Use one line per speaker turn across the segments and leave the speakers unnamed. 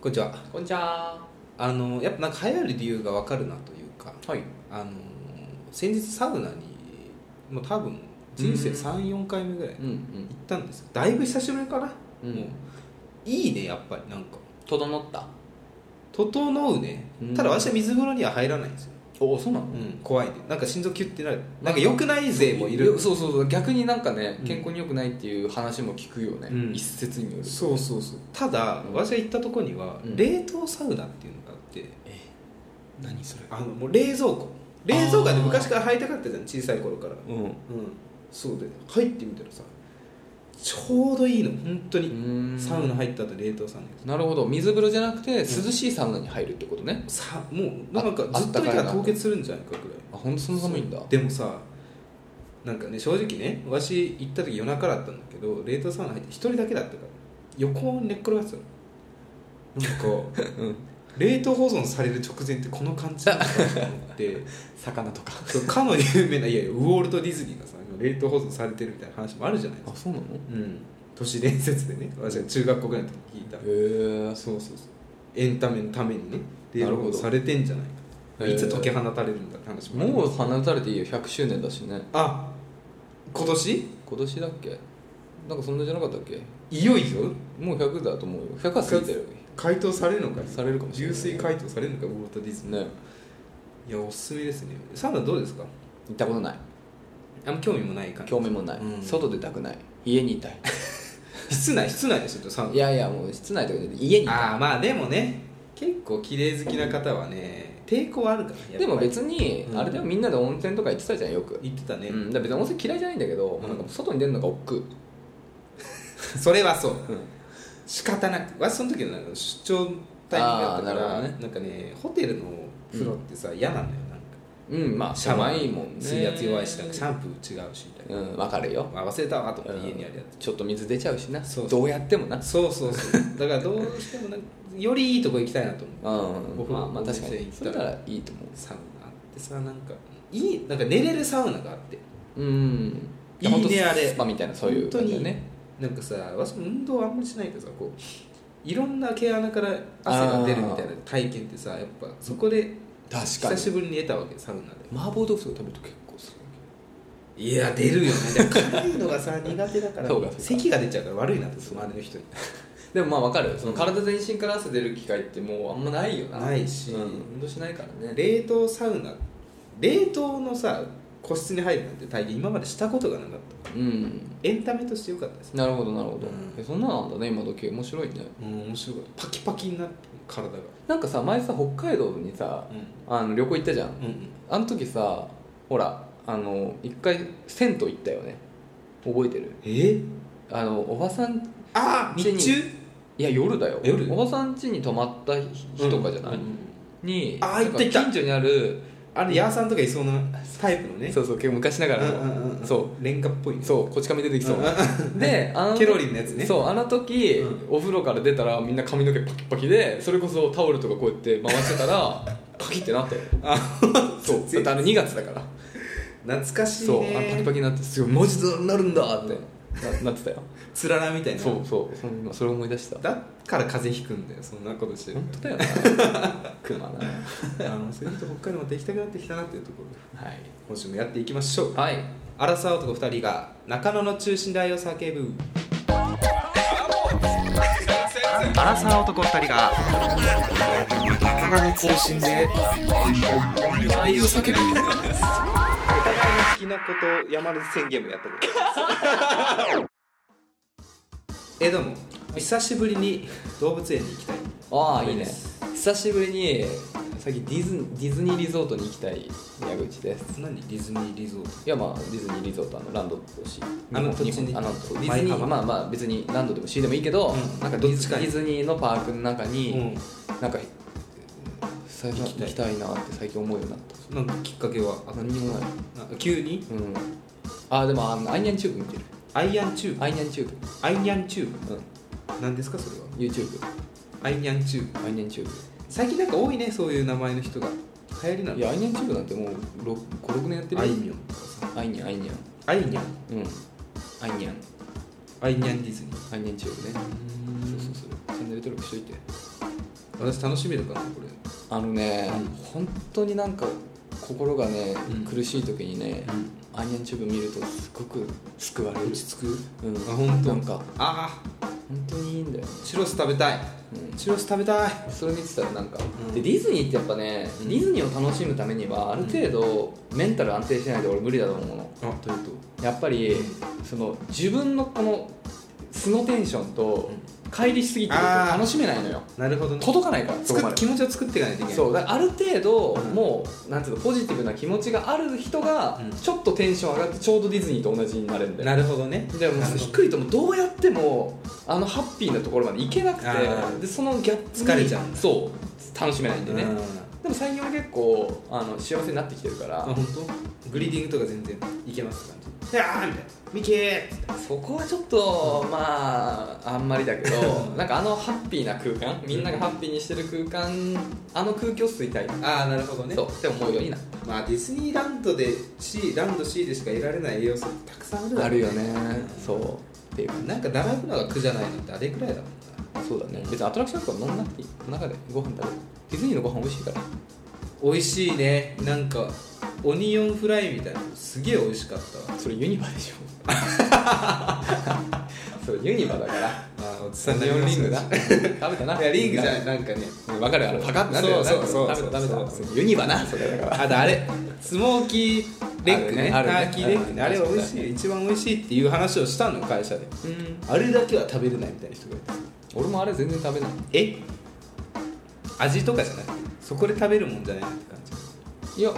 こんにちは
こんにちは。
あのやっぱなんか流行る理由が分かるなというか
はい。
あの先日サウナにもう多分人生
うん
34回目ぐらい行
うんうん。
ったんですだいぶ久しぶりかな、
うん
もういいねやっぱりなんか
整った。
整うね
うん
ただ私は水風呂には入らないんですよ、
おそうなの
う。ん、怖いんでなんか心臓キュッてなるなんか良くない勢もいる
そうそうそう。逆になんかね
うん
健康に良くないっていう話も聞くよね。
うん
一説による。
そうそうそうただ、
うん
私が行ったとこには、
うん
冷凍サウナっていうのがあって
何それ。
あのもう冷蔵庫冷蔵庫で昔から入りたかったじゃん小さい頃から
うん。う
うんそうで入ってみたらさちょうどいいの本当に
ーん。
サウナ。入った後冷凍サウナ
なるほど。水風呂じゃなくて涼しいサウナに入るってことね。
さもうなんか
あ
ずっと見た
あったからいな
凍結するんじゃないかぐらい
あ本当そんな寒いんだ。
でもさなんかね正直ねわし行った時夜中だったんだけど冷凍サウナ入って一人だけだったから横に寝っ転がってたのなんか
うん。
冷凍保存される直前ってこの感じなんだと思って
魚とか。
そうかの有名ないやいやウォルト・ディズニーがさ冷凍保存されてるみたいな話もあるじゃないですか
あそうなの。
うん、都市伝説でね 私は中学校ぐらいの時に聞いた
へえ。
そうそうそうエンタメのためにね冷
なる
凍
ほ
保
ど
存されてんじゃないかと
へー
いつ解き放たれるんだって話もある
もう離されていいよ。100周年だしね。
あ今年
今年だっけ。なんかそんなじゃなかったっけ。
いよいよ
もう100だと思うよ。100は過ぎてる。
解凍されるのか
されるかもしれ
流
ない。
水解凍されるのかウォルト・ディズニー
ね。
いやおすすめですねサウナどうですか
行ったことない。
あんま興味もない感じ
興味もない、
うん
外出たくない家にいたい
室内室内でちょっとサウ
いやいやもう室内とかで家にいた
ナああまあでもね結構綺麗好きな方はね抵抗はあるからやっぱ
い
り
でも別に、
うん
あれでもみんなで温泉とか行ってたじゃんよく、
言ってたね、
うん、だから別に温泉嫌いじゃないんだけど、
うん
なんか外に出るのが億
それはそう
劫、うん、
仕方なく私その時のなんか出張タイミングだったから
あーな
な,、
るほどね
んかねホテルの風呂ってさ、嫌なんだよなんか
うんまあ
シャワ
狭
ー
いもんね
水圧弱いしなんかシャンプー違うしみたいな、
うんわかるよ、
あ忘れたわとか
うん
家にあるやつ、
ちょっと水出ちゃうしな
そう
どうやってもな
そうそうそうだからどうしてもなんかよりいいとこ行きたいなと思う
うん
僕
まあまあ
温泉
確か
行
に
っ
そ
た
れ
ら
ならいいと思
サウナあってさなんかいいなんか寝れるサウナがあって
ううん
いいね
ほんと
あれ
スパみたいなそういう感じだね
なんかさ私も運動あんまりしないからさこういろんな毛穴から汗が出るみたいな体験ってさやっぱそこで
確か
久
に
しぶりに得たわけサウナで
麻婆豆腐とか食べると結構する
いや出るよねでも辛いのがさ苦手だから
そうかそうか
咳が出ちゃうから悪いなって周りの人に
でもまあわかるその体全身から汗出る機会ってもうあんまないよな
ないし
うん運動しないからね
冷凍サウナ冷凍のさ個室に入るなんて体験今までしたことがなかった
うん
エンタメとしてよかったです
なるほどなるほど、
うん
えそんなのなんだね今時面白いね
うん面白かったパキパキになって体が
なんかさ前さ北海道にさ
う
あの旅行行ったじゃん
んうん
あの時さほらあの一回銭湯行ったよね覚えてる
え
あのおばさん
ああ日中
いや夜だよ
夜
おばさん家に泊まった日とかじゃない、
うんうんうん
に
あー行った行った
なんか近所にある
あのヤーさんとかいそうなタイプのね
そうそう結構昔ながらの、
うんうんうん
そう
レンガっぽいね
そうこち亀出てきそう
うん
であの
ケロリンのやつね
そうあの時、
う
お風呂から出たらみんな髪の毛パキパキでそれこそタオルとかこうやって回してた らパキってなったよ
あ
そうだってあの2月だから
懐かしいね
そうあのパキパキになってすごいマジでなるんだってななって たよ
つららみたいな
そうそうそのそれを思い出した
だから風邪ひくんだよそんなことしてる
本当だよな クマな
あのそういうと北海道まで行きたくなってきたなっていうところで
はい
今週もやっていきましょう
はい
荒沢男2人が中野の中心街を叫ぶ荒沢男2人が中野の中心で愛を叫ぶお互いの好きなことを山根宣言もやったことありますえどうも久しぶりに動物園に行きたい
ああいい
で
ね
す
久しぶりに最近ディズニーディズニーリゾートに行きたい宮口です
何ディズニーリゾート
いやまあディズニーリゾートあのランド都市
あの
日本
土地に
日本あのディ
舞
ズニー
浜
まあまあ別にランドでもシーでもいいけど、
うん
なんか
ど
デ
っ
ィ
ち
ズ
かに
ディズニーのパークの中に、
う
なんか最近
行きたい
行きたいなって最近思うようになっ
ん、なんかきっかけは
た何にもない
ああ急に
うんあでもあのアイニャンチューブ見てる
アイアンチューブ
アイニャンチュー
アイニャンチュー
ブうん
ブなんですかそれは
YouTube
アイニャンチューブ
アイニャンチュー
最近なんか多いねそういう名前の人が流行りな
ブ
の
いやアイニャンチューブなんてもう56年やってる
ア
よ
イミョンとかさ
アイニャンアイニャン
アイニャン
うんアイニャン
アイニャンディズニー
アイニャンチューブねそうそうそうチャンネル登録しといて
私楽しめるかなこれ
あのね、
うん
本当になんか心がね、
うん
苦しい時にね、
うん
アイアンチューブ見るとすごく救われる
落ち着く
うん
あ本当
なんか
あ
本当にいいんだよ、
あチュロス食べたい
うん
チュロス食べたい
それ見てたらなんか、
うん
でディズニーってやっぱね、
うん
ディズニーを楽しむためにはある程度、メンタル安定してないと俺無理だと思うの
あというと
やっぱりその自分のこの素のテンションと乖離しすぎてると
あー
楽しめないのよ
なるほどね
届かないからそこま
作っ
で
気持ちを作っていかないといけない
そうだからある程度、
うん
もうなんていうのポジティブな気持ちがある人が、
うん
ちょっとテンション上がってちょうどディズニーと同じになれるんだよ
なるほどね
でも
なるほど
低いともうどうやってもあのハッピーなところまでいけなくて
あー
でそのギャップに
疲れちゃうんだ
そう楽しめないんでね、
うん
でも最近は結構あの幸せになってきてるから、
あ本当？グリーディングとか全然いけますって感じいやーみたいなミキーっつって
そこはちょっとまああんまりだけどなんかあのハッピーな空間みんながハッピーにしてる空間あの空気を吸いたい、
ああなるほどね
そうって思うようになっ
まあディズニーランドで C ランド C でしか得られない栄養素ってたくさんある
た
だろう
そうっていう
なんか並ぶのが苦じゃないのってあれくらいだもんな
そうだね別にアトラクションとか飲んなくていい中でご飯食べるディズニーのご飯美味しいから
美味しいねなんかオニオンフライみたいなのすげえ美味しかったわ
それユニバ でしょそれユニバだから
あおじ
オニオンリングだ食べたない
やリングじゃないなんかね
うんわかるあのパカッてなってるやつ
そうそうそう
食べた食べた
そ
ユニバなそれだから
あとあれスモーキーレッグね
あるねある
ター
ね
キーレッグねあ
あ
れ
るね
美味しい一番美味しいっていう話をしたの会社で
うん
あれだけは食べれないみたいな人がいた
俺もあれ全然食べない
え味とかじゃないそこで食べるもんじゃないって感じ
いや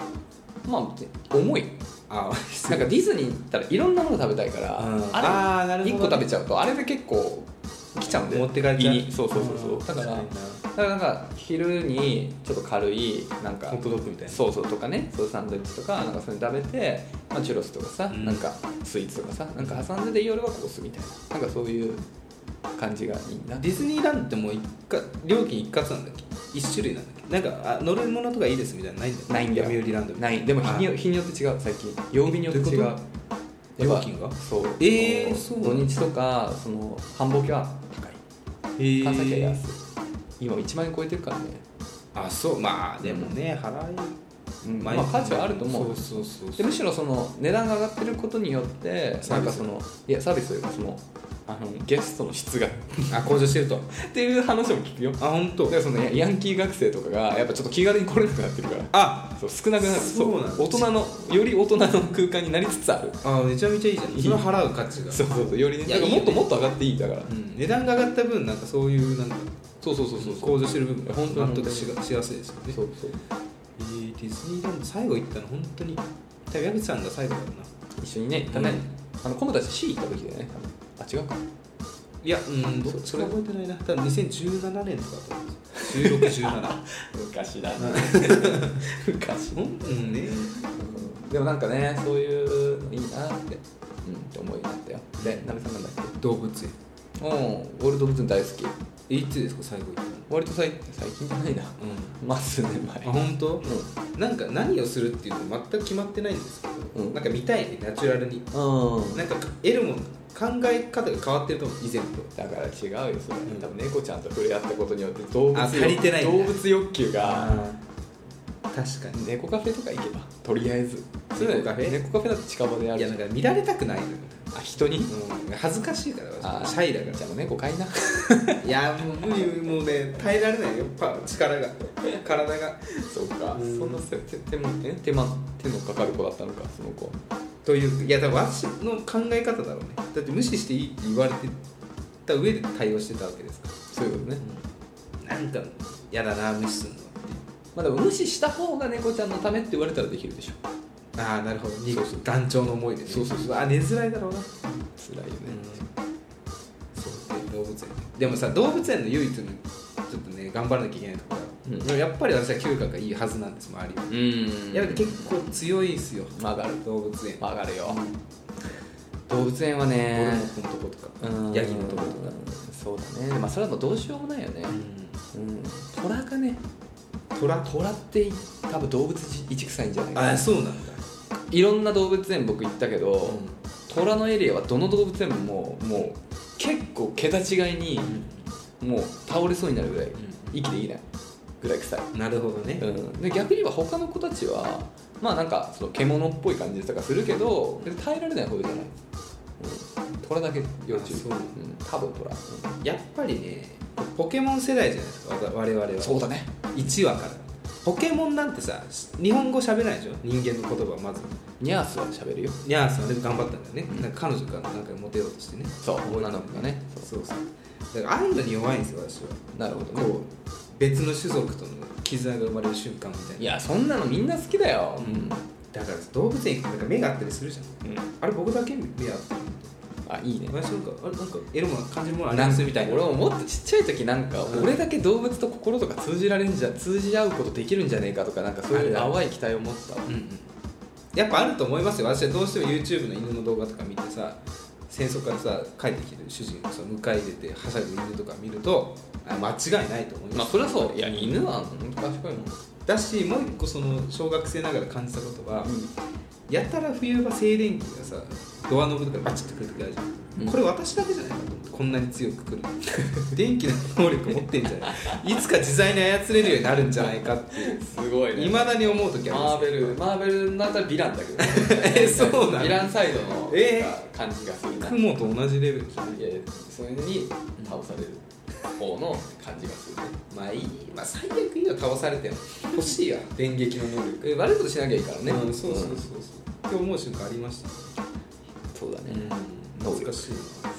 まあ別に重い
あ
なんかディズニー行ったらいろんなもの食べたいから、
うんあーな
あ
る
れ
ほど
1個食べちゃうとあれで結構来ちゃうんで
持って帰っちゃう
胃にそうそうそうそうだからだからなんか昼にちょっと軽いなんか
ホットドッグみたいな
そうそうとかねそういうサンドイッチとかなんかそれ食べて、まあ、チュロスとかさ、
うん
なんかスイーツとかさなんか挟んでで夜はコースみたいななんかそういう感じがいいな
ディズニーランドってもう一括料金一括なんだっけ一種類なんだっけなんかあ乗るものとかいいですみたいなのないんだよ
ないんだよ
読売ランドみた
ないいでも日によ
あ
日によって違う最近曜日によって違う
どういうこ
やっぱ
料金が
そう
えーそ
そ
う
の
なの
土日とかその繁忙期は高い
へー
川崎は安い今1万円超えてるからね、
あそうまあでもね払い
うん、まあ価値はあると思う
そうそうそう
でむしろその値段が上がってることによって
サー
なん
ビス
かそのいやサービスというかそのあのゲストの質がっ
あ向上してると
ていう話も聞くよだ
あ本当
からそのヤンキー学生とかがやっぱちょっと気軽に来れなくなってるから
あ
そう少なくなる
そうなんだ
大人のより大人の空間になりつつある
あめちゃめちゃいいじゃんそれ払う価値が
そうそうそうよりね
いや
な
い
んか
い
も
よ
っ
ね
ともっと上がっていいだから
うん値段が上がった分なんかそういうなんか
そうそうそうそう
向上してる部分が
本当
納
に
得しがしやすいですよね
そうそう
えーディズニーランド最後行ったの本当に多分矢口さんが最後だよな
一緒にね行ったね、
うん
あのコムたち C 行った時だよねあ違うか
いやうんど
そ
それ覚えてないな多分2017年とかだと思うんですよ1617
昔だね昔
うんうんね
でもなんかねそういうのいいなって,、うん、って思いになったよでナベさんなんだっ
動物園
けうん俺動物園大好き
えいつですか最後行ったの
割と最最近じゃないな まあ数年前
うんあ本当
うん
なんか何をするっていうの全く決まってないんですけど、
うん
なんか見たいねナチュラルに
うん
なんか得るもの考え方が変わってると思う以前と
だから違うよそれ、
ん
多分猫ちゃんと触れ合ったことによって動物欲
あ足りてないんだ
動物欲求が
確かに
猫カフェとか行けばとりあえずそうだよ
猫カフェ
猫カフェだって近場でや
い
る
や
じ
な
ゃ
ん
ん
か見られたくないのよ、
あ人に
うん、恥ずかしいから
あ
シャイだか
じゃあもう猫飼いな
らいやもう無理もうね耐えられないよパ力が体が
そうか
うん
そんなせ手手もえ手間手のかかる子だったのかその子
といういや多分私の考え方だろうねだって無視していいって言われてた上で対応してたわけですか
そういうことね、
らなんか嫌だな無視するの
まあ、でも無視した方が猫ちゃんのためって言われたらできるでしょ
ああなるほどそうそう団長の思いでね
そうそうそう
あ寝づらいだろうな
辛いよね、
そうで動物園でもさ動物園の唯一のちょっとね頑張らなきゃいけないところ
うん
は、でもやっぱり私は嗅覚がいいはずなんです周りは、
うん
やっぱり結構強いですよ
曲がる
動物園
曲がるよ動物園はね
モルモットのとことか
うん
ヤギのとことか
そうだねまあそれはもうどうしようもないよねうん虎がね
虎
虎って多分動物一臭いんじゃないか
あ
な
あそうなんだ、
いろんな動物園僕行ったけど、
う
虎のエリアはどの動物園ももうもう結構桁違いにもう倒れそうになるぐらい息でいいねぐらい臭い、
なるほどね、
うん、で逆に言えば他の子たちはまあなんかその獣っぽい感じとかするけど別に耐えられないほどじゃない、うん、虎だけ要注意
あそう
うん、多分虎、うん
やっぱりねポケモン世代じゃないですかわ我々は
そうだね
1話からポケモンなんてさ日本語喋れないでしょ人間の言葉はまず
ニャースは喋るよ
ニャーさんでも頑張ったんだよね、
うん
なんか彼女からなんかモテようとしてね
そう女の子がね
そうそうだからああいうのに弱いんですよ私は
なるほどね
こう別の種族との絆が生まれる瞬間みたいない
いやそんなのみんな好きだようん、
だから動物園行くとなんか目があったりするじゃんあれ僕だけ目あった
あいいね
私なんかあれなんかエロも感じるものあり
な
ま
ん
す
か
みたいな
俺ももっとちっちゃい時なんか
うん
俺だけ動物と心とか通じられんじゃ通じ合うことできるんじゃねえかとかなんかそういう
あるある
淡い期待を持ったわ
うんうんやっぱあると思いますよ私はどうしても YouTube の犬の動画とか見てさ戦争からさ帰ってきてる主人をさ迎え入れてはしゃいでる犬とか見るとあ間違いないと思います、
まあそれはそういや犬は賢いもん
だしもう一個その小学生ながら感じたことは、やたら冬場静電気がさドアノブとかにバチッとくる時あるじゃん、
うん
これ私だけじゃないかと思ってこんなに強くくるの 電気の能力持ってんじゃないいつか自在に操れるようになるんじゃないかっていう
すごい
いまだに思う時あり
マ
ま
ー
す
ベルマーベルのあたりヴィランだけど、ね
え そうなの
ヴィランサイドの
え
なんか感じがするな、
雲と同じレベル
いやそういうのに倒される方の感じがするね
まあいいまあ最悪いいよ倒されても欲しいわ電撃の能力
え悪いことしなきゃいいからね、
うんそうそうそううんそうって思う瞬間ありました
そうだね、
懐かしい
そうだ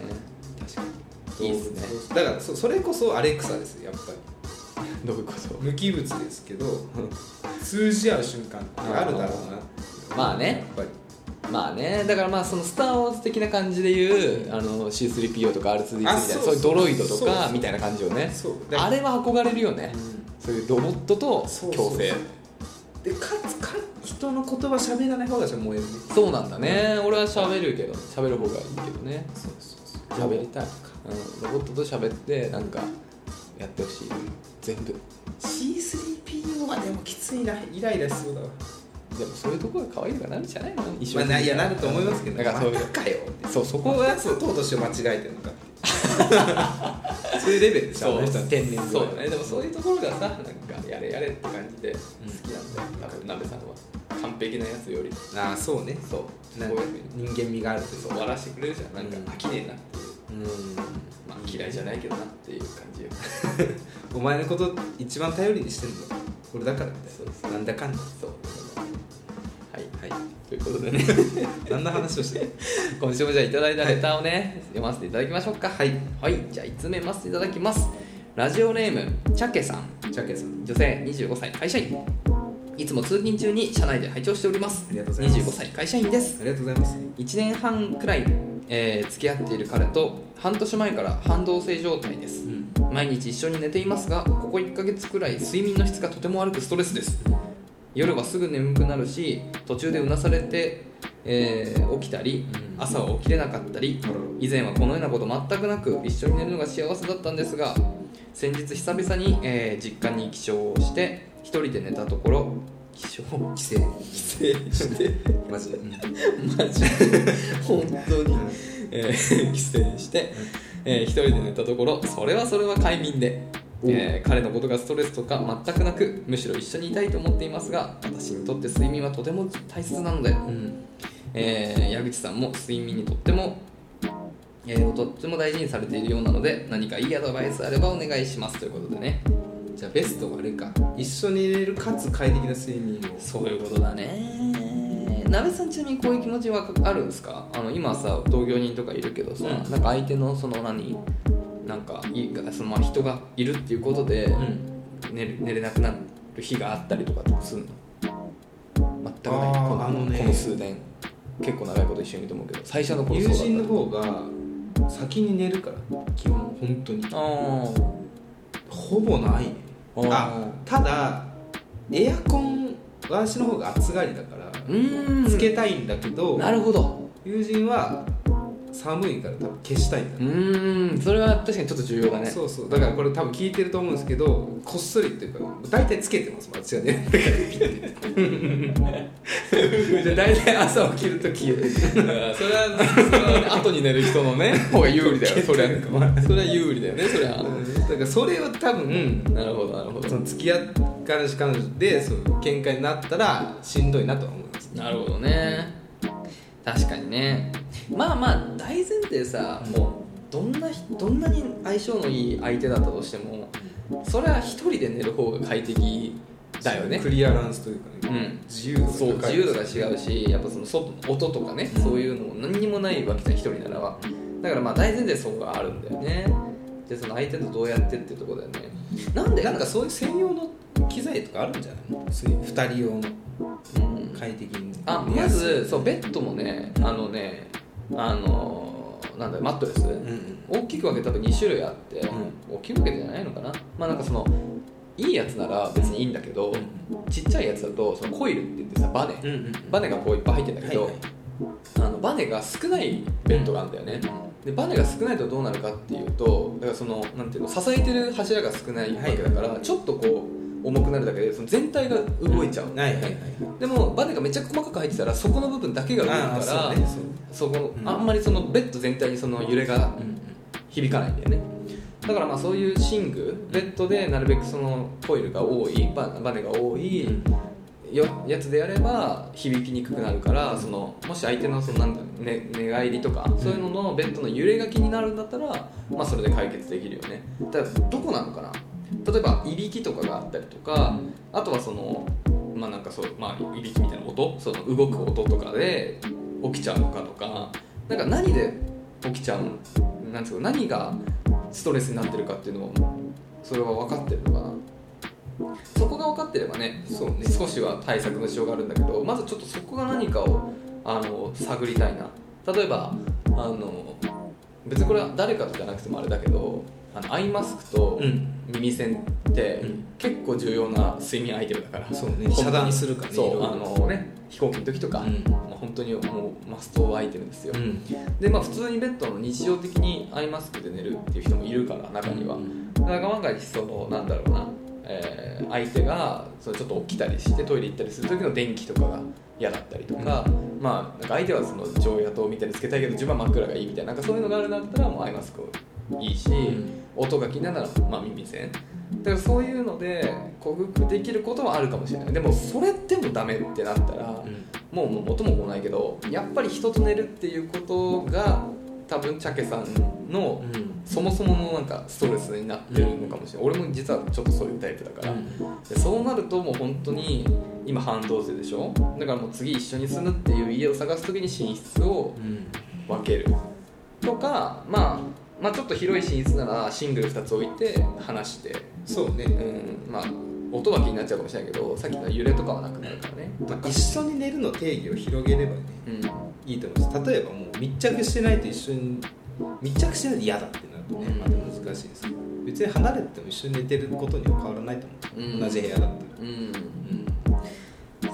ね確か
な
にいいっすね
だからそそれこそアレクサですよやっぱり
どういうこと
無機物です けど通じ合う瞬間ってあるだろうなって
まあね
やっぱり
まあねだからまあその「スター・ウォーズ」的な感じでいう、あの C3PO とか R2D2 みた
あ
いな
そう
そういうドロイドと
そうそう
か
そう
みたいな感じをね
そうだから
あれは憧れるよね、そういうロボットと
そうそう
共生
でかつか人の言葉喋らない方が私は燃えるね
そうなんだね、俺は喋るけど喋る方がいいけどね
そうそうそう
喋りたい、うん、ロボットと喋ってなんかやってほしい全部
C3PO はでもきついなイライラしそうだわ
でもそういうとこが可愛いとかなるんじゃないの一
ま
緒
あ、
に、
ないやなると思いますけど
だからそういう
またかよ
そうそこ
こうや
が
つをとうとして間違えてる のかっていうそういうレベルでしょあの人は
天然
そ
そううだねでもそういうところがさなんかやれやれって感じで好きなんだよ、多分なべさんは完璧なやつより
ああそうね
そう
な
そ
ん
う
か
いう
人間味があるという
そう笑わしてくれるじゃんなんか
うん
飽きねえなっていう、
う
まあ、嫌いじゃないけどなっていう感じよ
んお前のこと一番頼りにしてるの俺だからみ
そう
たいななんだかんだ
そうはい
はい
ということでね
何の話をしてる
今週もじゃあいただいたレターをね、読ませていただきましょうかはい、はい、じゃあ1つ目ませていただきますラジオネームチャケさん
チャケさん
女性25歳会社員いつも通勤中に車内で拝聴しております
ありがとうございます
25歳会社員です
ありがとうございます
1年半くらい、えー付き合っている彼と半年前から半同棲状態です、
ん
毎日一緒に寝ていますがここ1ヶ月くらい睡眠の質がとても悪くストレスです夜はすぐ眠くなるし途中でうなされて、えー起きたり
うん
朝は起きれなかったり以前はこのようなこと全くなく一緒に寝るのが幸せだったんですが先日久々に、えー実家に起床をして一人で寝たところ起床
帰省帰省してマジで、うん
マジで本当に、えー、帰省して、えー一人で寝たところそれはそれは快眠で、えー彼のことがストレスとか全くなくむしろ一緒にいたいと思っていますが私にとって睡眠はとても大切なので、えー矢口さんも睡眠にとっても、えーとっても大事にされているようなので何かいいアドバイスあればお願いしますということでね
じゃあベストはあれか一緒に寝れるかつ快適な睡眠を
そういうことだねなべさんちなみにこういう気持ちはあるんですかあの今さ同居人とかいるけどさ、
うん
なんか相手のその何なんかいいそのまあ人がいるっていうことで、
ん
寝る寝れなくなる日があったりとかってするの全くない
あー
この
あのね
この数年結構長いこと一緒にいると思うけど最初の頃
友
そうだった
人の方が先に寝るから基本本当に
あ
ほぼないね
あー
あただエアコン私の方が暑がりだから
ーうーん
つけたいんだけど
なるほど
友人は寒いから多分消したいんだ
うーんそれは確かにちょっと重要だね
そうそうだからこれ多分聞いてると思うんですけどこっそりっていうか大体つけてます私はね
で大体朝起きるときそれはそれ は後に寝る人のね方が有利だよそれはそれは有利だよねそれは
うんだだからそれを多分
なるほどなるほ
そ
ど
の付き合う彼氏彼女でその喧嘩になったらしんどいなとは思います
なるほどね確かにねまあまあ大前提さもうどんなひどんなに相性のいい相手だったとしてもそれは一人で寝る方が快適だよね
クリアランスというか
う
ね、
ん
自由度が
そう
高い
自由度が違うしやっぱそのそ音とかねそういうのも何にもないわけじゃん一人ならはだからまあ大前提そこがあるんだよねでその相手とどうやってっていうところだよねなんで
なんかそういう専用の機材とかあるんじゃないのそういう2人用の
うん
快適に
あまずそうベッドもねあのねあのーなんだよマットレス、
うんうん
大きく分けて多分2種類あって、
う
大きく分けてじゃないのかなまあなんかそのいいやつなら別にいいんだけど、ちっちゃいやつだとそのコイルって言ってさバネ、
うんうん
バネがこういっぱい入ってんだけど、
はいはい
あのバネが少ないベッドがあるんだよね、でバネが少ないとどうなるかっていうとだからそのなんていうの支えてる柱が少ないわけだから、ちょっとこう重くなるだけでその全体が動いちゃう、
はいはいはいはい
でもバネがめっちゃ細かく入ってたらそこの部分だけが動く
あ
か
あ
ら
そうねそう
そこ
うん
あんまりそのベッド全体にその揺れが響かないんだよねだからまあそういう寝具ベッドでなるべくそのコイルが多いババネが多いよやつでやれば響きにくくなるからそのもし相手のそのなんだ、ね、寝返りとかそういうののベッドの揺れが気になるんだったら、まあ、それで解決できるよねだからどこなのかな例えばいびきとかがあったりとかあとはそのまあなんかそう、まあ、いびきみたいな音その動く音とかで起きちゃうのかとかなんか何で起きちゃうのなんつうの何がストレスになってるかっていうのをそれは分かってるのかなそこが分かってればね
そうね
少しは対策のしようがあるんだけどまずちょっとそこが何かをあの探りたいな例えばあの別にこれは誰かとじゃなくてもあれだけどあのアイマスクと
うん
耳栓って
うん
結構重要な睡眠アイテムだから、
そうね
本当に
遮断するからね
そ
いろいうろ
あのね飛行機の時とか、
うん
もう本当にもうマストアイテムですよ、
うん
でまあ普通にベッドの日常的にアイマスクで寝るっていう人もいるから中には、だから万が一そのなんだろうな、えー相手がそのちょっと起きたりしてトイレ行ったりする時の電気とかが嫌だったりとか、まあなんか相手はその常夜灯みたいにつけたいけど自分は真っ暗がいいみたいななんかそういうのがあるんだったらもうアイマスクいいし、
ん
音が気になるなら、まあ、耳栓だからそういうので克服できることはあるかもしれないでもそれでもダメってなったら、もうもう元も子もないけどやっぱり人と寝るっていうことが多分チャケさんの
うんうん
そもそものなんかストレスになってるのかもしれない、俺も実はちょっとそういうタイプだから、でそうなるともう本当に今半同棲でしょだからもう次一緒に住むっていう家を探す時に寝室を
うん
分けるとか、まあ、まあちょっと広い寝室ならシングル2つ置いて話して
そうね
うんまあ音は気になっちゃうかもしれないけどさっきの揺れとかはなくなるからね、
まあ一緒に寝るの定義を広げればね
うん
いいと思います例えばもう密着してないと一緒に密着してないと嫌だってなるとねまた難しいですけど別に離れてても一緒に寝てることには変わらないと思う、
うん
同じ部屋だったら
うん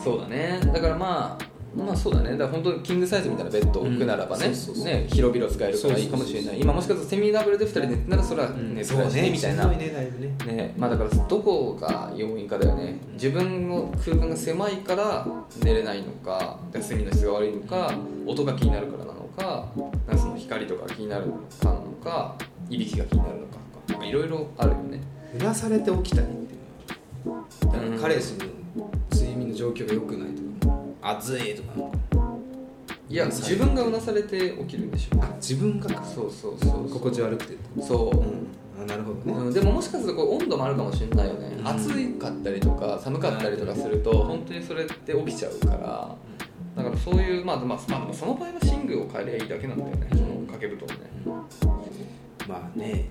そうだねだからまあまあそうだねだから本当にキングサイズみたいなベッドを置くならばね,、
うんそうそうそう
ね広々使えるからいいかもし
そ
れ
うそう
な
そ
い今もしかしたらセミダブルで2人寝てたらそれは寝過ごしねみたいな、
しんどいねだいぶね
ねまあ、だからどこが要因かだよね自分の空間が狭いから寝れないのか睡眠の質が悪いのか音が気になるからなのかなんかその光とかが気になるからなのかいびきが気になるのかとかまあいろいろあるよね
うなされて起きたりっていうのはだから彼氏の睡眠の状況が良くないとか暑いとかなんか
いや自分がうなされて起きるんでしょ
あ自分がか
そうそうそうそう
心地悪くて
そう、
うんあなるほどね、
うんでももしかするとこう温度もあるかもしれないよね、
うん
暑かったりとか寒かったりとかすると本当にそれって起きちゃうからだからそういうまあ、まあ、まあでもその場合は寝具を変えりゃいいだけなんだよねその掛け布団ね
まあね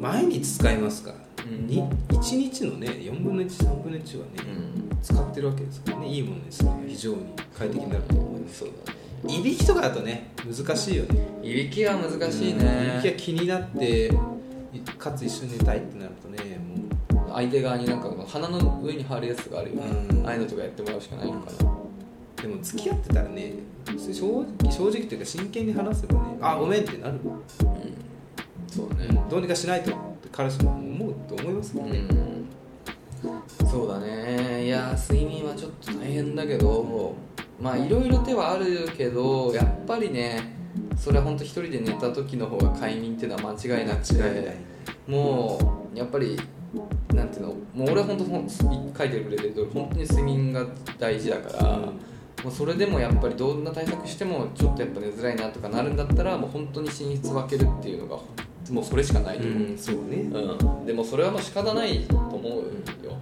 毎日使いますから、
うん
に1日のね4分の13分の1はね、
う
使ってるわけですからねいいものですね非常に快適になると思います
そうだ
いびきとかだとね難しいよね
ねいびきは難しい
うんいびき
ね
が気になっていかつ一緒に寝たいってなるとねもう
相手側になんかこの鼻の上に貼るやつがあるよね、
うん
ああいうのとかやってもらうしかないのかな、
でも付き合ってたらね正直正直というか真剣に話せばねあごめんってなる、
うん、そうだね、
どうにかしないとって彼氏も思うと思いますけどね、
うんそうだねいや睡眠はちょっと大変だけどまあいろいろ手はあるけどやっぱりねそれは本当一人で寝た時の方が快眠っていうのは間違いなくて
違いない
もうやっぱりなんていうのもう俺は本当ほん書いてくれてる通り本当に睡眠が大事だから、
うん
もうそれでもやっぱりどんな対策してもちょっとやっぱ寝づらいなとかなるんだったらもう本当に寝室分けるっていうのがもうそれしかないと思う、
うんそうね
うん、でもそれはもう仕方ないと思うよ、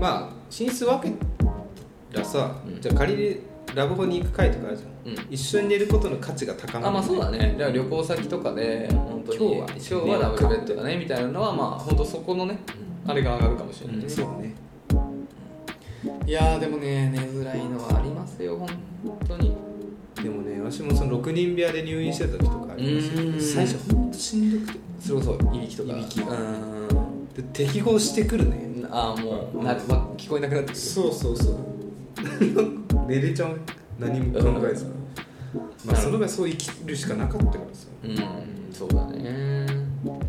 まあ寝室分けらさ、
うん
じゃあ仮にラブホに行く回とかあるじゃん、
うん
一緒に寝ることの価値が高まる
あまあそうだねじゃあ旅行先とかで本当に
今日は
今日はダブルベッドだねみたいなのはまあ本当そこのねあれが上がるかもしれない、
うんそうね
いやーでもね寝づらいのはありますよ本当に
でもね私もその6人部屋で入院してた時とかありましたけ
う
ど
ん
最初ほんとしんどくて
それこそいびきとか
いびきが
うん
で適合してくるね
ああもうな、ま、聞こえなくなってくる
そうそうそう 寝れちゃう何も考えず、まあその場合そう生きるしかなかったからさ
うんそうだね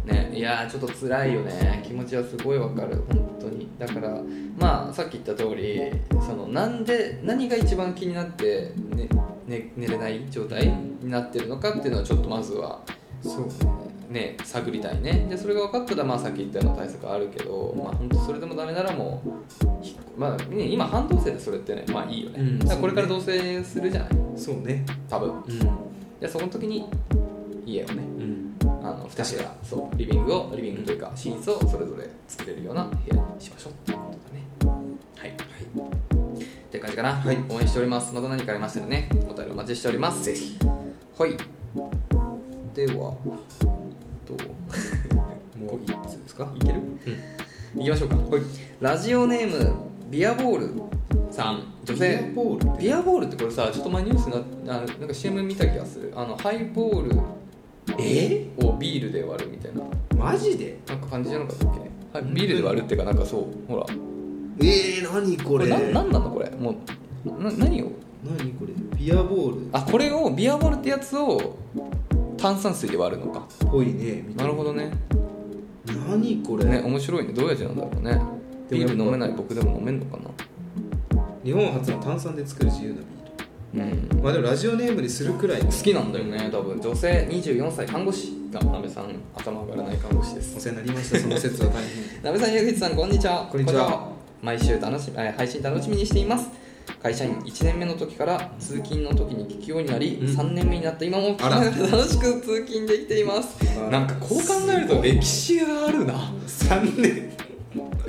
ねいやーちょっと辛いよね気持ちはすごいわかる本当にだからまあさっき言った通りそのなんで何が一番気になって、ねね、寝れない状態になってるのかっていうのはちょっとまずは
そう
ね探りたいねでそれが分かったらまあさっき言ったような対策あるけどまあ本当それでもダメならもうひまあ、ね、今半同棲でそれってねまあいいよね、
うん
だからこれから同棲するじゃない
そうね
多分
う
でその時に家をね
んうん
あの2人がそうリビングをリビングというか寝室をそれぞれ作れるような部屋にしましょうっていうことだねはい、はい、って感じかな、
はい
応援しておりますまた何かありましたらねお便りお待ちしておりますぜひはいでは どう
もういつですか
いける、いきましょうかはいラジオネームビアボールさん女性
ビアボールって
ビアボールってこれさちょっと前ニュースになあのなんか CM 見た気がするあのハイボー
え
ルをビールで割るみたいな
マジで
なんか感じじゃなかったっけ、はい、ビールで割るっていうかなんかそうほらこ
えー、何こ
れ
れ
ななんなのこれもうな何を
何これビアボール
あこれをビアボールってやつを炭酸水で割るのか
っぽいねみた
ないるほどね
何これ、
ね面白いねどういう味なんだろうね
でも
ビ
やっぱ
ール飲めない僕でも飲めんのか
日本初の炭酸で作る自由なビー
なうん
ルまあでもラジオネームにするくらいの
好きなんだよね多分女性24歳看護師がなべさん頭上がらない看護師です
お世話になりましたその説は大変
なべさん、ゆうきちさん、こんにちは。
こんにちは
毎週楽しみ、えー配信楽しみにしています。会社員1年目の時から通勤の時に聞くようになり、
うん
3年目になった今も聞きな
あら
がら楽しく通勤できています。
あ
なんかこう考えると歴史があるな。
3年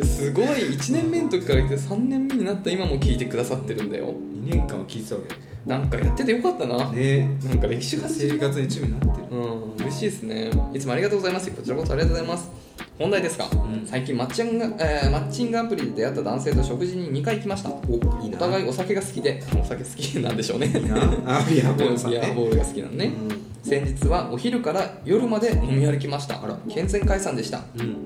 すごい1年目の時から来て3年目になった今も聞いてくださってるんだよ。
2年間は聞いてたわけだ
なんかやっててよかったな。
ねね
なんか歴史が知
生
る。
活の一部になってる
うん、嬉しいですね。いつもありがとうございます。こちらこそありがとうございます。本題ですが、
うん
最近マッチング、えーマッチングアプリで出会った男性と食事に2回行きました。
おいい
お
な
互い
い
お酒が好きでお酒好き なんでしょうね
いな あビアボールさん
ビ
ね
アボールが好きなのね、先日はお昼から夜まで飲み歩きました
あら
健全解散でした
うん、うん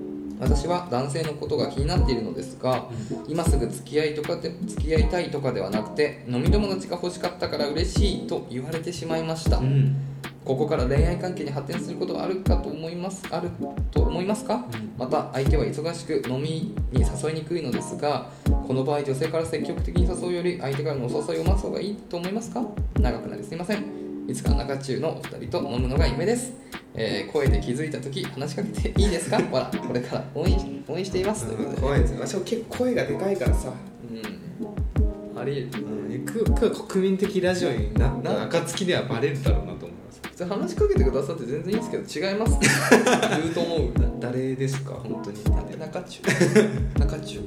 私は男性のことが気になっているのですが、今すぐ付き合いとかで付き合いたいとかではなくて飲み友達が欲しかったから嬉しいと言われてしまいました、
うん
ここから恋愛関係に発展することはあるかと思いますあると思いますか、
うん
また相手は忙しく飲みに誘いにくいのですがこの場合女性から積極的に誘うより相手からのお誘いを待つ方がいいと思いますか長くなりすいませんいつか中中のお二人と飲むのが夢です、えー声で気づいた時話しかけていいですか ほらこれから応援応援していますということで
怖いです私は結構声がでかいからさ、
うんあり
うん、くく国民的ラジオになった暁にはバレるだろうなと思います
普通話しかけてくださって全然いいんですけど違います 言うと思う
誰ですか本当に
なんで中 中中中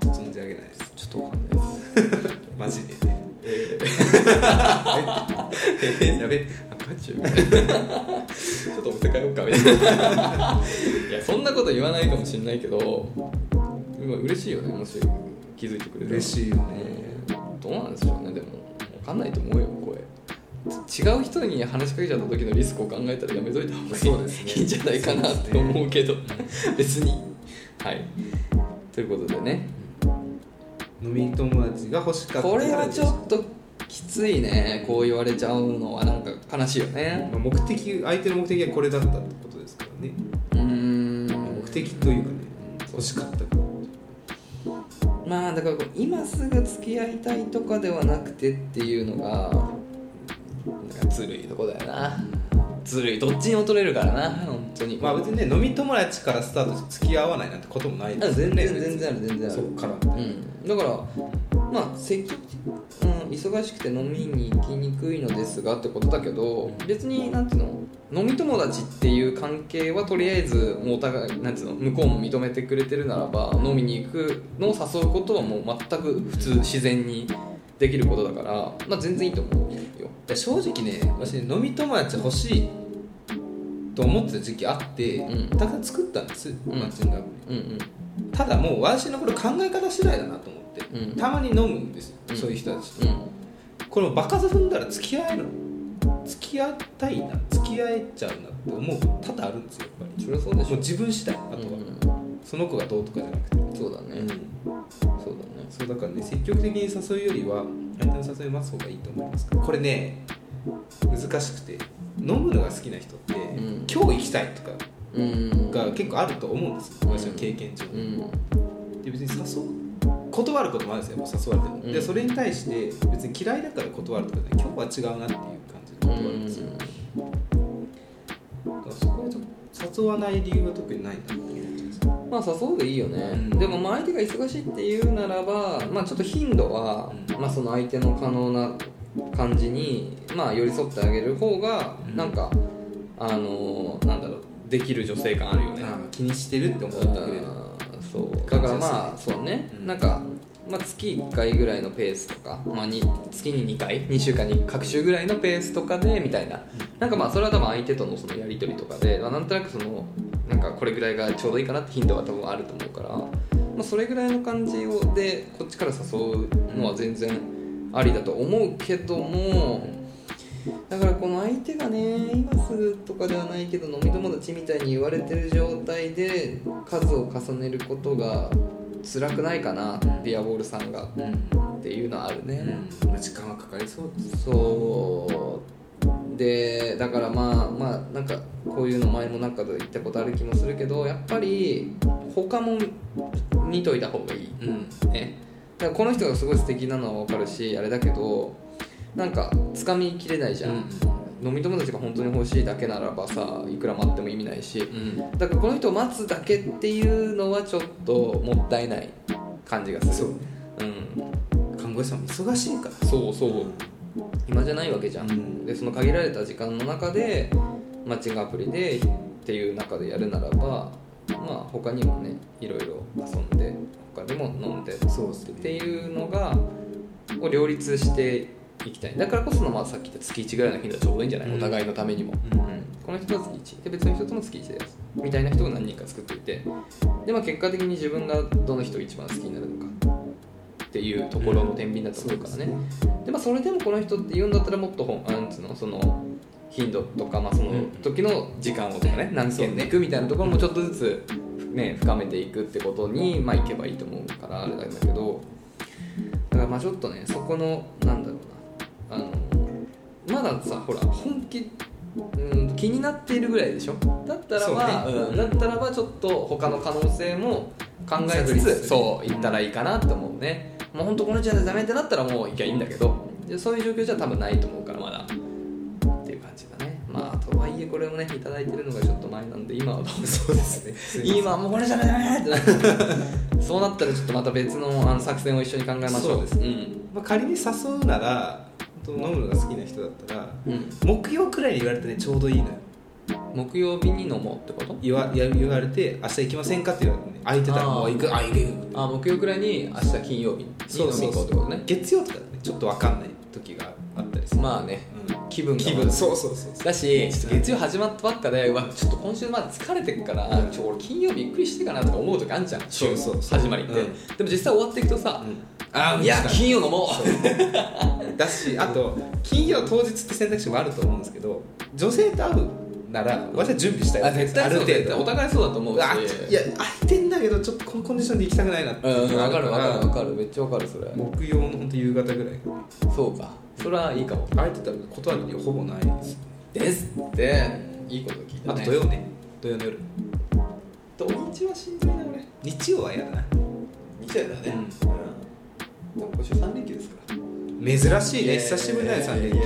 存じ上げないです
ちょっとわかんないです
マジでね
やべ赤中ちょっとお手替えようかみたい ないやそんなこと言わないかもしれないけど今嬉しいよねもし気づいてくれたら
嬉しいよね
どうなんでしょうねでも分かんないと思うよ声違う人に話しかけちゃった時のリスクを考えたらやめといた方がいい
そうですね
いいんじゃないかなって思うけど別にはいということでね
飲み友達が欲しかった
これはちょっときついねこう言われちゃうのはなんか悲しいよね
まあ目的相手の目的はこれだったってことですからね、
うーん
目的というかね欲しかったから
まあだからこう今すぐ付き合いたいとかではなくてっていうのがなんかずるいとこだよなずるいどっちにも取れるからな本当に
まあ別にね飲み友達からスタートして付き合わないなんてこともないん
あ
です
全
ね
然全然ある全然あ
そっ
る
から
うん、だからまあせき、うん、忙しくて飲みに行きにくいのですがってことだけど別になんていうの飲み友達っていう関係はとりあえずもうお互いなんていうの向こうも認めてくれてるならば飲みに行くのを誘うことはもう全く普通自然にできることだから、まあ、全然いいと思うよ
いや正直ね私ね飲み友達欲しいと思ってた時期あって、
うん
たくさん作ったんです、
ん
マッチングアプ
うんうん
リただもう私のこれ考え方次第だなと思って、
うん
たまに飲むんですよ、
うん
そういう人たちと、
うん
これもバカさ踏んだら付き合える付き合いたいな付き合えちゃうなって思う多々あるんですよやっぱり
そりゃそうでし
もう
ょ
自分次第あと
あ
は、
とは、
その子がどうとかじゃなくて、
そうだね、そうだね
そうだからね積極的に誘うよりは相手の誘い待つ方がいいと思いますからこれね難しくて飲むのが好きな人って、
ん
今日行きたいとか
うん
が結構あると思うんですよ私の経験上、
うん
で別に誘う断ることもあるんですよもう誘われても、
うん
でそれに対して別に嫌いだから断るとかじゃない今日は違うなっていう感じで
う
断るんですよ、
ん
だからそこはちょっと誘わない理由は特にないなっていう感じです
まあ誘うでいいよね、
うん
でもまあ相手が忙しいっていうならば、まあ、ちょっと頻度は、
うん
まあ、その相手の可能な感じに、まあ、寄り添ってあげる方が
うん
なんか、あのーなんだろうできる女性感あるよね
あー気にしてるって思ってくれる
うんそうだからまあそうね、
うん
なんか、まあ、月1回ぐらいのペースとか、まあ、に月に2回2週間に各週ぐらいのペースとかでみたいななんかまあそれは多分相手とのそのやり取りとかで、まあ、なんとなくそのなんかこれぐらいがちょうどいいかなって頻度は多分あると思うから、まあ、それぐらいの感じをでこっちから誘うのは全然ありだと思うけども、だからこの相手がね今すぐとかではないけど飲み友達みたいに言われてる状態で数を重ねることが辛くないかなビアボールさんが
うん、
っていうのはあるね、
うんまあ時間はかかりそうです
そうでだからまあまあなんかこういうの前もなんかで言ったことある気もするけどやっぱり他も見といた方がいい
うん
ねだからこの人がすごい素敵なのは分かるしあれだけどなんかつかみきれないじゃん、飲み友達が本当に欲しいだけならばさいくら待っても意味ないし
うん
だからこの人を待つだけっていうのはちょっともったいない感じがする
そう、
うん、
看護師さんも忙しいから
そうそう今じゃないわけじゃん、
うん
でその限られた時間の中でマッチングアプリでっていう中でやるならばまあ他にもねいろいろ遊んで他でも飲んで
そうです
っていうのがを両立していきたいだからこその、まあ、さっき言った月1ぐらいの頻度はちょうどいいんじゃない、
うん
お互いのためにも、
うん
この人とは月1で別の人とも月1でやるみたいな人を何人か作っていてで、まあ、結果的に自分がどの人を一番好きになるのかっていうところの天秤だと思うからね、でまあ、それでもこの人って言うんだったらもっとほんなんつうのその頻度とか、まあ、その
うん
時の時間をとかね何件で行くみたいなところもちょっとずつ、ね、深めていくってことに、まあ、いけばいいと思うからあれなんだけどだからまあちょっとねそこのなんだろうなあのまださほら本気、うん、気になっているぐらいでしょだったらば、
そうねうん
だったらばちょっと他の可能性も考えつ
探りつ
つ
つ
そう行ったらいいかなと思うねもう本当この時代でダメってなったらもう行きゃいいんだけどでそういう状況じゃ多分ないと思うからまだっていう感じだねまあとはいえこれもね頂いただいてるのがちょっと前なんで今はどう
そうですね
今はもうこれじゃダメってなってそうなったらちょっとまた別のあの作戦を一緒に考えましょう
そうです
うん
まあ、仮に誘うなら本当飲むのが好きな人だったら
うん、
木曜くらいに言われてねちょうどいいのよ
木曜日に飲もうってこと
言わや言われて明日行きませんかって言われてね空いてたら
あー
もう行くあ行くよ
あ木曜くらいに明日金曜日に
そう
飲み
そう
に行こ
そう
ってことね
月曜とかねちょっと分かんない時があったりする、
まあね
うん
気分が
気分そうそうそう
だしちょっと月曜始まったばっかでうわちょっと今週まだ疲れてるからちょ俺金曜日ゆっくりしてかなとか思う時あんじゃん
そうそうそう
始まりって、
うん
でも実際終わっていくとさ、
ああ
いや金曜飲もう
だしあと金曜当日って選択肢もあると思うんですけど女性と会うなら私は準備したい
あ絶対
ある
そう
程度
お互いそうだと思うし
あいや空いてんだけどちょっとこのコンディションで行きたくないなって
うんうん分かる分かる分
る
かるめっちゃ分かるそれ
木曜の本当夕方ぐらいから
そうかそれはいいかも
空いてたら断る理由ほぼないですね
ですっていいこと聞いた
あ
ね
と土曜ね土曜の夜
土日はしんどいな俺
日曜は嫌だな
日曜だ
ね
でも今週3連休ですから
珍しいね久しぶりだよ3連休
休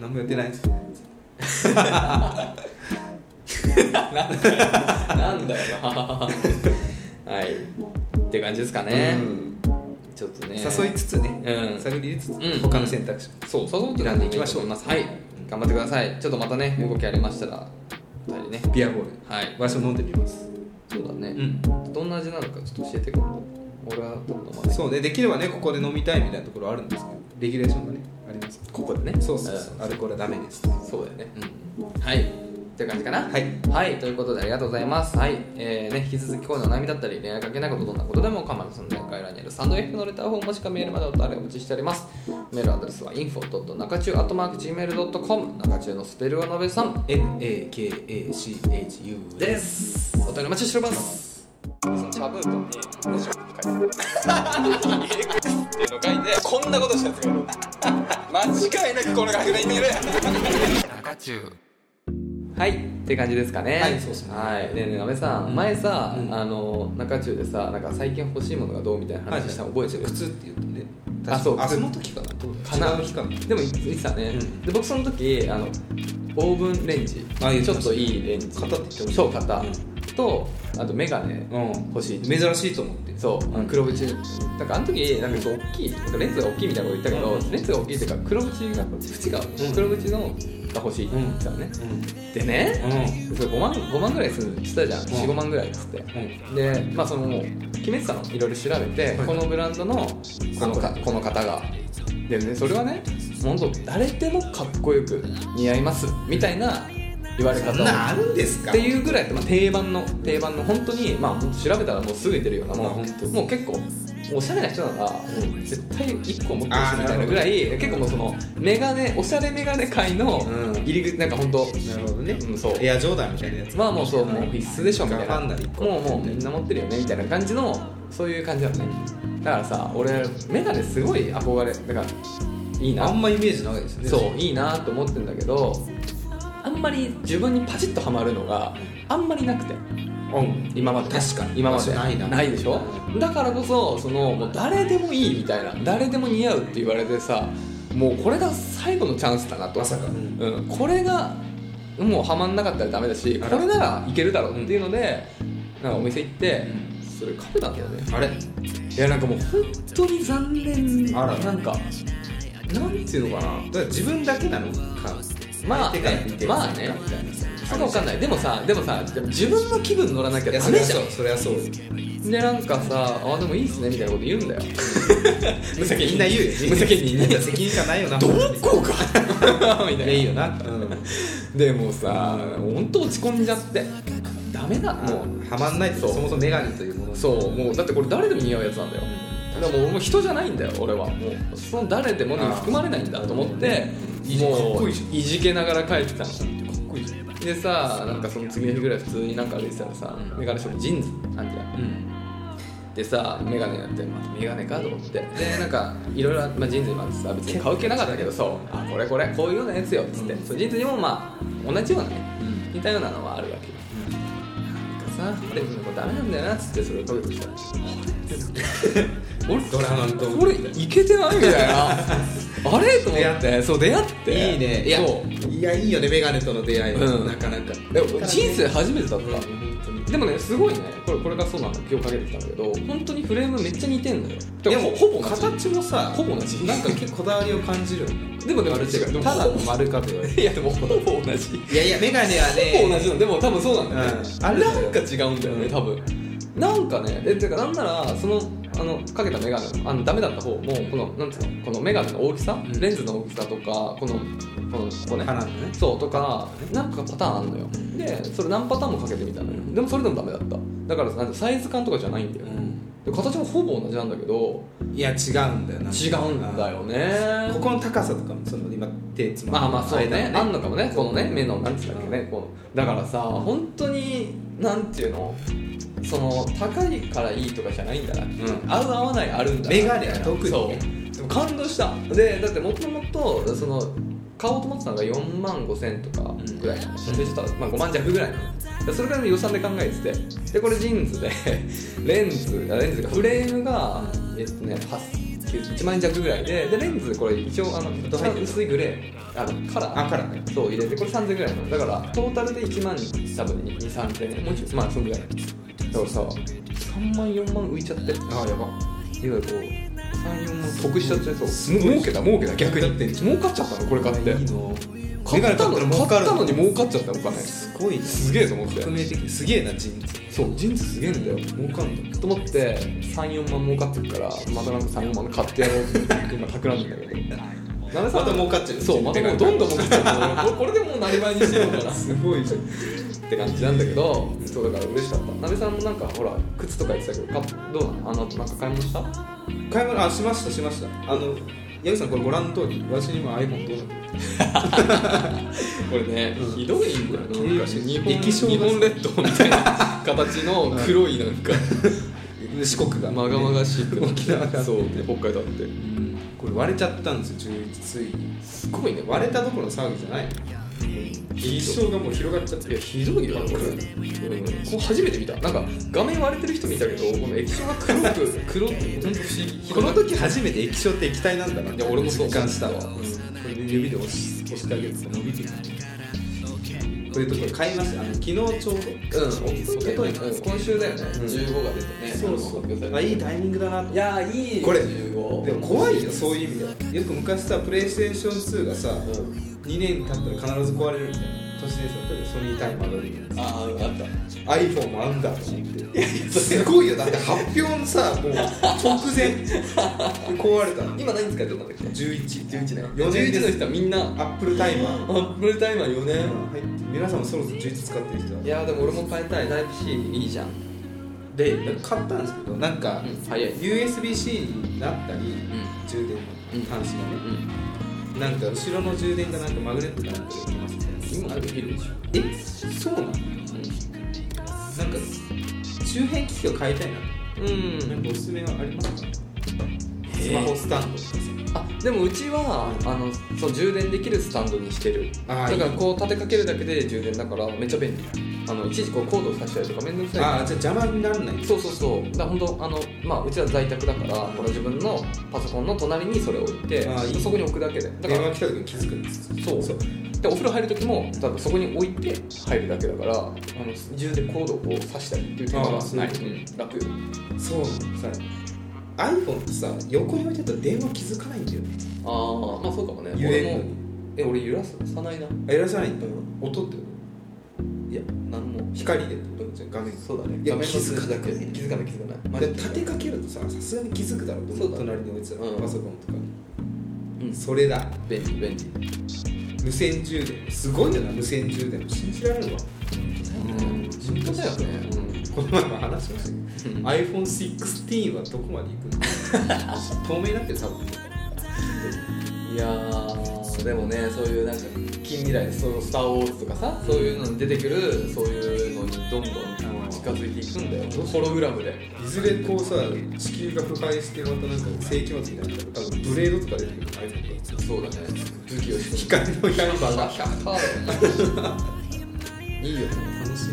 何も予定ないんですね
なんだよ なんだよなはいって感じですかね、
うん
ちょっとね
誘いつつね、
うん
探りつつ、
ん
他の選択肢も
そう誘うって
選んでいきましょう
いますはい頑張ってくださいちょっとまたね動きありましたらお二人ね
ビアボール
はい
私も飲んでみます
そうだね、
ん
どんな味なのかちょっと教えてくれ俺はどんどんまで
そうねできればねここで飲みたいみたいなところあるんですけどレギュレーションがねあります
ここでね
そうそうそう、アルコールはダメですは
そうだよね、うん、はいっていう感じかな
はい
はいということでありがとうございますはい、えーね、引き続き声の悩みだったり恋愛関係ないことどんなことでも構いませんので概要欄にあるサンド F のレターフォームもしくはメールまでお便りお待ちしておりますメールアドレスは info.nakachu.gmail.com 中中のスペルはのべさん
NAKACHU
ですお便りお待ちしておりますその茶ブートに文字を書いて っていうのを書いてこんなことしたやつがいる間違いなくこの学年にいる中中はいって感じですかね
はいそうっすね
はいねえねえなべさん、前さ、
うん
あの中中でさなんか最近欲しいものがどうみたいな話したの覚えてる、
靴って言ってね
あそう
あその時かなどうだ
かな
違う日かな
でも言ってたね、
うん
で僕その時あのオーブンレンジ
あ言って
ち
ました
ょっといいレンジ
型って言ってました
そう型、とあと眼鏡
うん
欲しい
珍しいと思って
そうあの黒縁なんかあの時なんかこう大きいなんかレンズが大きいみたいなこと言ったけど、
うん
レンズが大きいっていうか黒縁が縁が、
ん
黒縁のが欲しいって言ってたのね、でね、
う
そう5万5万ぐらいするしたじゃん、
ん
45万ぐらいっつって、
う
でまあそのもう決めてたのいろいろ調べて、
はい
このブランドのこのかこの方がでねそれはね本当誰でもかっこよく似合いますみたいな言われ方
そん
を
なあるんですか
っていうぐらい、まあ、定番の定番の本当にまあ本当調べたらもうすぐ出てるようなもう
まあ本当
もう結構おしゃれな人なら、
ん
絶対1個持って
あ
ほ
ー
しいみたいなぐらい結構もうそのメガネおしゃれメガネ界の
うん
入り口、なんか本
な
当
るほどね、
うんそう
エアジョーダンみたいなやつ
まあもうそうもう必須でしょみたいな
ファンなり一個
もうもうみんな持ってるよねみたいな感じのそういう感じなのねだからさ俺メガネすごい憧れだからいいな
あんまイメージないですね
そういいなと思ってんだけどあんまり自分にパチッとはまるのがあんまりなくて
うん
今まで
確かに
今まで
場所ないな
でしょだからこそそのもう誰でもいいみたいな誰でも似合うって言われてさもうこれが最後のチャンスだなと
まさか
うん、これがもうはまんなかったらダメだし
あ
こ
ら
れならいけるだろうっていうので、なんかお店行って、
う
それ買ってたんだよね
あれ
いやなんかもう本当に残念
あら
なんかなんていうのかな
だから自分だけなのか
まあ
相手から見てる
まあね
みたいなさ
それわかんないでもさでもさ自分の気分乗らなきゃ
いや
ダ
そり
メ
ゃ
じゃ
そうそりゃそうよ
んでなんかさあでもいいっすねみたいなこと言うんだよ無責
み
任
んな言うよ
無責任
い
に
や責任感ないよな
どこか みたい
い
な
やいいよなうん
でもさ本当落ち込んじゃってダメだも
も
う
うはまんないと
そう
そもそもメガネというものに
そうもうだってこれ誰でも似合うやつなんだよでもう俺も人じゃないんだよ俺はもうその誰でもに含まれないんだと思って
うんかっ
も
こ
う
い
い
いじゃ
じけながら帰ってたの
こいいじゃん
でさなんかその次の日ぐらい普通になんか歩いてたらさメガネショップジーンズあんじゃんでさメガネやって、まあ、メガネかと思ってでなんかいろいろ、まあ、ジーンズにもあってさ別に買う気なかったけどそうあこれこれこういうようなやつよっつって、
うん
そうジーンズにもまあ同じようなね
うん
似たようなのはあるわけよなんかさでもこれダメなんだよなっつってそれを取ると さ
俺ドラマンと
これいけてないみたい なあれと思ってそう出会って
いいねいや
そう
いやいいよねメガネとの出会い
うん
なかなか
でも人生初めてだっ
うん本
た、
当に
でもねすごいねこれこれがそうなの今日かけてきたんだけど本当にフレームめっちゃ似てんのよ
でもほぼ
同じ
形もさ
ほぼ同じ
なんか結構こだわりを感じるよね
でもでも
丸違
違
う
うでも
ただの
ほぼ
丸かと言われる
いやでもほぼ同じ
いやいやメガネは
ほぼ同
ね
じなのでも多分そうなんだよね、
うんあれだよ
なんか違うんだよね多分なんかねえてかなんならそのあのかけたメガネあのダメだった方もこのなんつうのこのメガネの大きさ、
うん
レンズの大きさとかこのこのここね
花のね
そうとかなんかパターンあるのよでそれ何パターンもかけてみたのよでもそれでもダメだっただからなんてサイズ感とかじゃないんだよ、で形もほぼ同じなんだけど
いや違うんだよな
違うんだよね
ここの高さとかもその今手つ
まあまあそうね
間
あんのかもねこのね目のなんつうんだっけねこうだからさ本当になんていうのその高いからいいとかじゃないんだな、
ん
合う合わないあるんだな
メガネは特にね
そうでも感動したでだってもともとその買おうと思ってたのが4万5千とかぐらいなの、でちょっとまあ、5万弱ぐらいなのでそれぐらいの予算で考えて てでこれジーンズでレンズあレンズがフレームがえっとねパス1万円弱ぐらいででレンズこれ一応あの薄いグレーあのカラー
あカラーね
そう入れてこれ3000ぐらいのだからトータルで1万多分23000円もうちょっとまあそのぐらいだからさ3万4万浮いちゃっていわ
ああやば
ゆるこう34万得しちゃってそう
儲けた儲けた逆に
儲かっちゃったのこれ買って
いいの
買ったの
儲か
買っ
る
たのに儲かっちゃったお金
すごいね
すげえと思って
革命的すげえな人物
そうジーンズすげえんだよ儲かんのと思って34万儲かってるからまたなんか34万買ってやろうって今企んでんだけどなべさん
また儲かっちゃう
そうまたもうどんどん儲かっちゃうの これでもうなりわいにしてるから
すごいじゃん
って感じなんだけどそうだから嬉しかったなべさんもなんかほら靴とか言ってたけどかどうなのあのなんか買い物した
買い物あしましたしましたあの八木さんこれご覧の通り私にも iPhone どうなってる
これね、ひどいんだよな
うん
なんか日本
液晶が
日本列島みたいな形の黒いなんか
四国が
まがまがしい
沖縄が
そうで北海道あって
うんこれ割れちゃったんですよ11ついにすごいね割れたどころの騒ぎじゃない液晶がもう広がっちゃって
いやひどいよこれ、うん、こう初めて見たなんか画面割れてる人見たけどこの液晶が黒く黒 って本当不思議
この時初めて液晶って液体なんだなっ
い
て
や俺もそう
実感したわこれで指で押し押してあげると伸びてるこういうところ買いましたあの昨日ちょうど
うんお
お
お
と
と
とい
というん今週だよね、
うん
15が出てね
そうそうあ
あ
い
い
い
い
タイミングだなって
いやーいい
これ
15
でも怖いよそういう意味ではよく昔さプレイステーション2がさ2年経ったら必ず壊れるみたいな年でさソニータイマーが出てる
あああった
iPhone もあんだと思ってすごいよだって発表のさもう直前壊れたの
今何使ってたんだっ
1111
け
年
4
4年
11の
です
人はみんな
アップルタイマ
ア
ー
ップルタイマー4年、
入って皆さんもそろそろ11使ってる人はい
やーでも俺も変えたいタイプ C いいじゃん
で買ったんですけどなんか、
うん早い
USB-C になったり、
ん
充電
うん
の端子がね、
うん
なんか後ろの充電がなんかマグネットかなんかできますみたいな
今できるでしょ、
えそうなのなんか周辺機器を買いたいな
うん
なんかおすすめはありますかスマホスタンドとかさ
あでもうちはあのそう充電できるスタンドにしてる
あー
だか
いい
らこう立てかけるだけで充電だからめっちゃ便利あの一時こうコードを挿したりとかめんどくさい
ああじゃあ邪魔にならない
そうそうそうだから本当あのまあうちは在宅だからこの自分のパソコンの隣にそれを置いて
あーいい
そこに置くだけでだか
電話
ら
来た時に気づくんです
そう
そう
でお風呂入る時も多分そこに置いて入るだけだからあの充電コードをこう挿したりっていう手間が
あーそう
ない、うん、楽
そうさ iPhone ってさ横に置いてたら電話気づかないんだよね
ああまあそうかもね
揺れる
俺
の
も
に
え俺揺らさないな
あ揺らさないんだよ音って
いや何も
光でってことじゃん画面
そうだね。
いや
画面の
気づかなく
数字気づかない気づかない。
で立てかけるとささすがに気づくだろうと思
そう
う
だね
隣に置いてたら
うん
パソコンとか
うん
それだ
便利便利。
無線充電すごいんだな無線充電信じられるわ
うん。実家だよね。
この前も話しましたけ
うん
ど iPhone16 はどこまで行くの透明になってる多分
いやーでもねそういうなんか近未来そのスターウォーズとかさそういうのに出てくるそういうのにどんどん近づいていくんだよ。ホログラムで。
いずれこうさ地球が腐敗してまたなんか世紀末みたいになったら多分ブレードとか出てくる iPhone が
そうだね。武器をして
光の刃が
100パー。いいよね。
楽し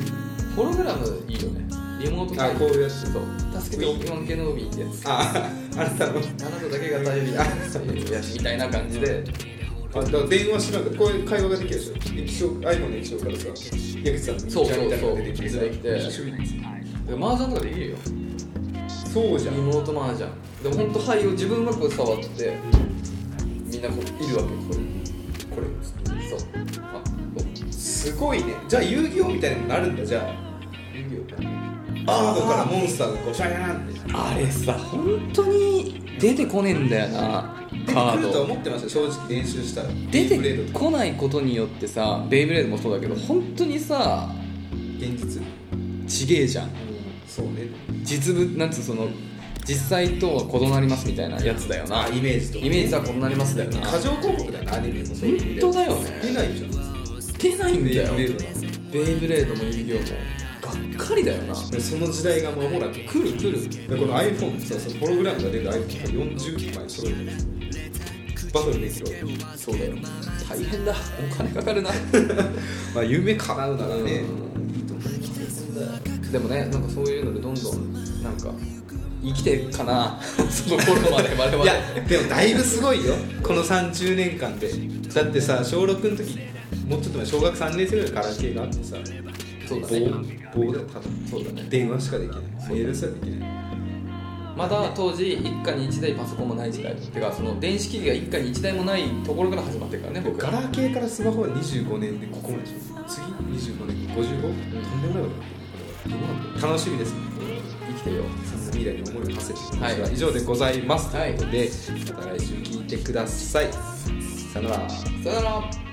ホログラムいいよね。リモート
みあこういうやつ
そう助けて今系の海ってやつ。
ああなたの
あなただけが頼りだっていうやつみたいな感じで。
あだから電話しながらこういう会話ができるでしょ液晶 iPhone の液晶からさ矢口さんの
そうそうそう
みたいなのが出てきてさ
出てきて
シュイッ
マージャンとかできるよ
そうじゃん
リモートマージャンでも本当灰を自分がこう触ってみんなこういるわけよこ
これ
れそうあお
すごいねじゃあ遊戯王みたいにもなるんだじゃあ
遊戯
カードからモンスターがこうシャヤーンって
王あれさ本当に出てこねえんだよなカ
来
ー
るとは
ド
思ってました正直練習したら
出
ブレード
て
とか
こないことによってさベイブレードもそうだけど本当にさ
現実
ちげえじゃん
そうね
実物なんつうその実際とは異なりますみたいなやつだよな
あイメージと
イメージとは異なりますだよな
過剰広告だよなアニメもそういう意味
本
で
当だよね
出ないじゃん
出ないんだよ
ベイブレードなんて
ベイブレードも遊戯王もがっかりだよな
でその時代が間もなく
来る来る
でこの iPhone ってさそのホログラムが出る iPhone が40機枚揃えてるバトルできるわけ
そうだよ大変だお金かかるな
まあ夢叶うならね
うんでもねなんかそういうのでどんどんなんか生きてるかな その頃まで我々
いやでもだいぶすごいよこの30年間でだってさ小6の時もうちょっと前小学3年生ぐらいからガラケーがあってさ
そうだ
棒
ね
棒だよただ
そうだね
電話しかできないメールすらできない
まだ当時一家に一台パソコンもない時代てかその電子機器が一家に一台もないところから始まってるからね僕
ガラケーからスマホは25年でここまででしょ次25年 55? とんでもないことだよこれは楽しみです
生きてるよ
そんな未来に思いを馳せて、
はい
以上でございます、
はい
ということでまた来週聞いてくださいさよなら
さよなら